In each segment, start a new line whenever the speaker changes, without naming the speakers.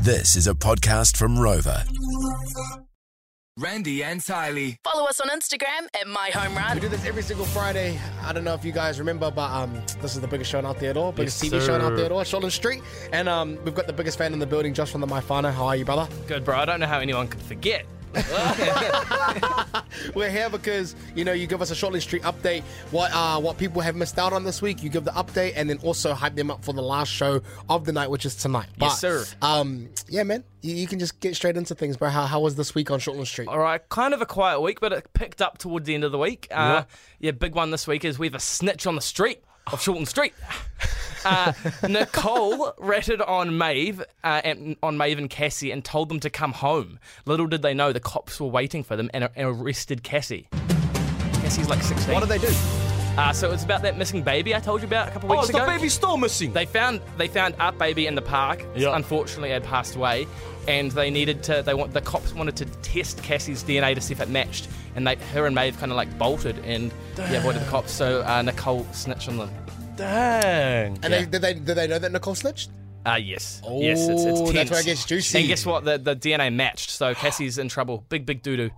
This is a podcast from Rover.
Randy and Tylee.
Follow us on Instagram at My Home Run.
We do this every single Friday. I don't know if you guys remember, but um, this is the biggest show out there at all, biggest
Yes,
TV show out
sir.
there at all, Sheldon Street, and um, we've got the biggest fan in the building, Josh from the My Whānau. How are you, brother?
Good, bro. I don't know how anyone could forget.
We're here because you know you give us a Shortland Street update, what uh, what people have missed out on this week. You give the update and then also hype them up for the last show of the night, which is tonight. But,
Yes, sir.
Um, yeah, man, you, you can just get straight into things, bro. How, how was this week on Shortland Street?
All right, kind of a quiet week, but it picked up towards the end of the week. Uh, yeah, big one this week is we have a snitch on the street of Shorten Street. Uh, Nicole ratted on Maeve, uh, and on Maeve and Cassie, and told them to come home. Little did they know the cops were waiting for them and, and arrested Cassie. Cassie's like 16.
What did they do? Oh,
Uh, so it's about that missing baby I told you about a
Oh,
couple weeks ago.
still missing.
They found they found our baby in the park.
Yeah.
Unfortunately, had passed away, and they needed to. They want the cops wanted to test Cassie's DNA to see if it matched, and they her and Maeve kind of like bolted and yeah, avoided the cops. So uh, Nicole snitched on them.
Dang.
And they, did they did they know that Nicole snitched?
Uh, yes, yes, it's, it's
Oh,
tense.
that's where it gets juicy.
And guess what? The, the DNA matched, so Cassie's in trouble. Big big doo doo.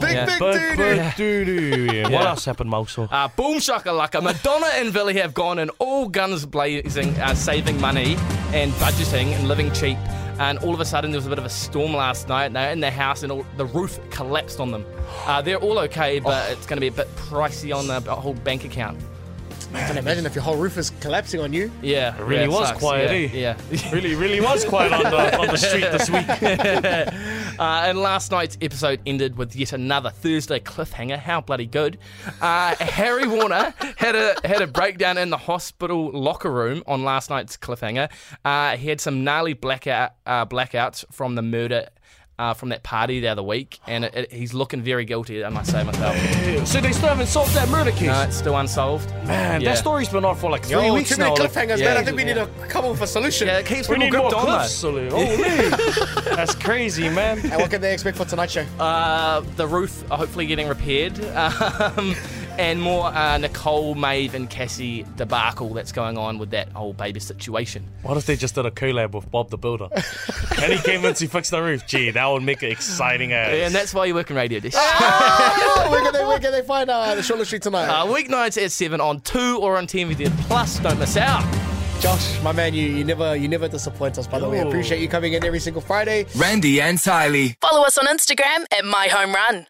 big
yeah.
big dude.
Big, big doo-doo. Yeah. What else happened, Mosul?
Uh, boom shakalaka. Madonna and Billy have gone in all guns blazing, uh, saving money and budgeting and living cheap. And all of a sudden, there was a bit of a storm last night. They're in their house, and all, the roof collapsed on them. Uh, they're all okay,
Oh.
but it's going to be a bit pricey on the b- whole bank account.
Can you imagine if your whole roof is collapsing on you?
Yeah, it
really was quiet, eh?
Yeah. yeah.
really, really was quiet on the, on the street this week.
Uh, and last night's episode ended with yet another Thursday cliffhanger. How bloody good! Uh, Harry Warner had a had a breakdown in the hospital locker room on last night's cliffhanger. Uh, he had some gnarly blackout uh, blackouts from the murder. Uh, from that party the other week, and it, it- he's looking very guilty. I must say myself.
so they still haven't solved that murder case.
No, it's still unsolved.
Man,
yeah.
that story's been on for like three
Yo,
weeks
too many
now.
cliffhangers,
Oh, yeah,
man. I think we need a couple of a solution.
Yeah, it keeps
we
people
need more
gripped on though.
clips, Sulu. Holy. That's crazy, man.
And what can they expect for tonight's show?
Uh, the roof uh, hopefully getting repaired, um, and more uh, Nicole, Maeve, and Cassie debacle that's going on with that whole baby situation.
What if they just did a collab with Bob the Builder? and he came in to fix the roof. Gee, that would make it exciting as.
And that's why you work in radio dish.
Oh, where, can they, where can they find uh, the Shortland Street tonight?
Uh, weeknights at seven on two or on TMVD Plus. Don't miss out.
Josh, my man, you, you never you never disappoint us. By the way,
Ooh.
appreciate you coming in every single Friday.
Randy and Tylee.
Follow us on Instagram at My Home Run.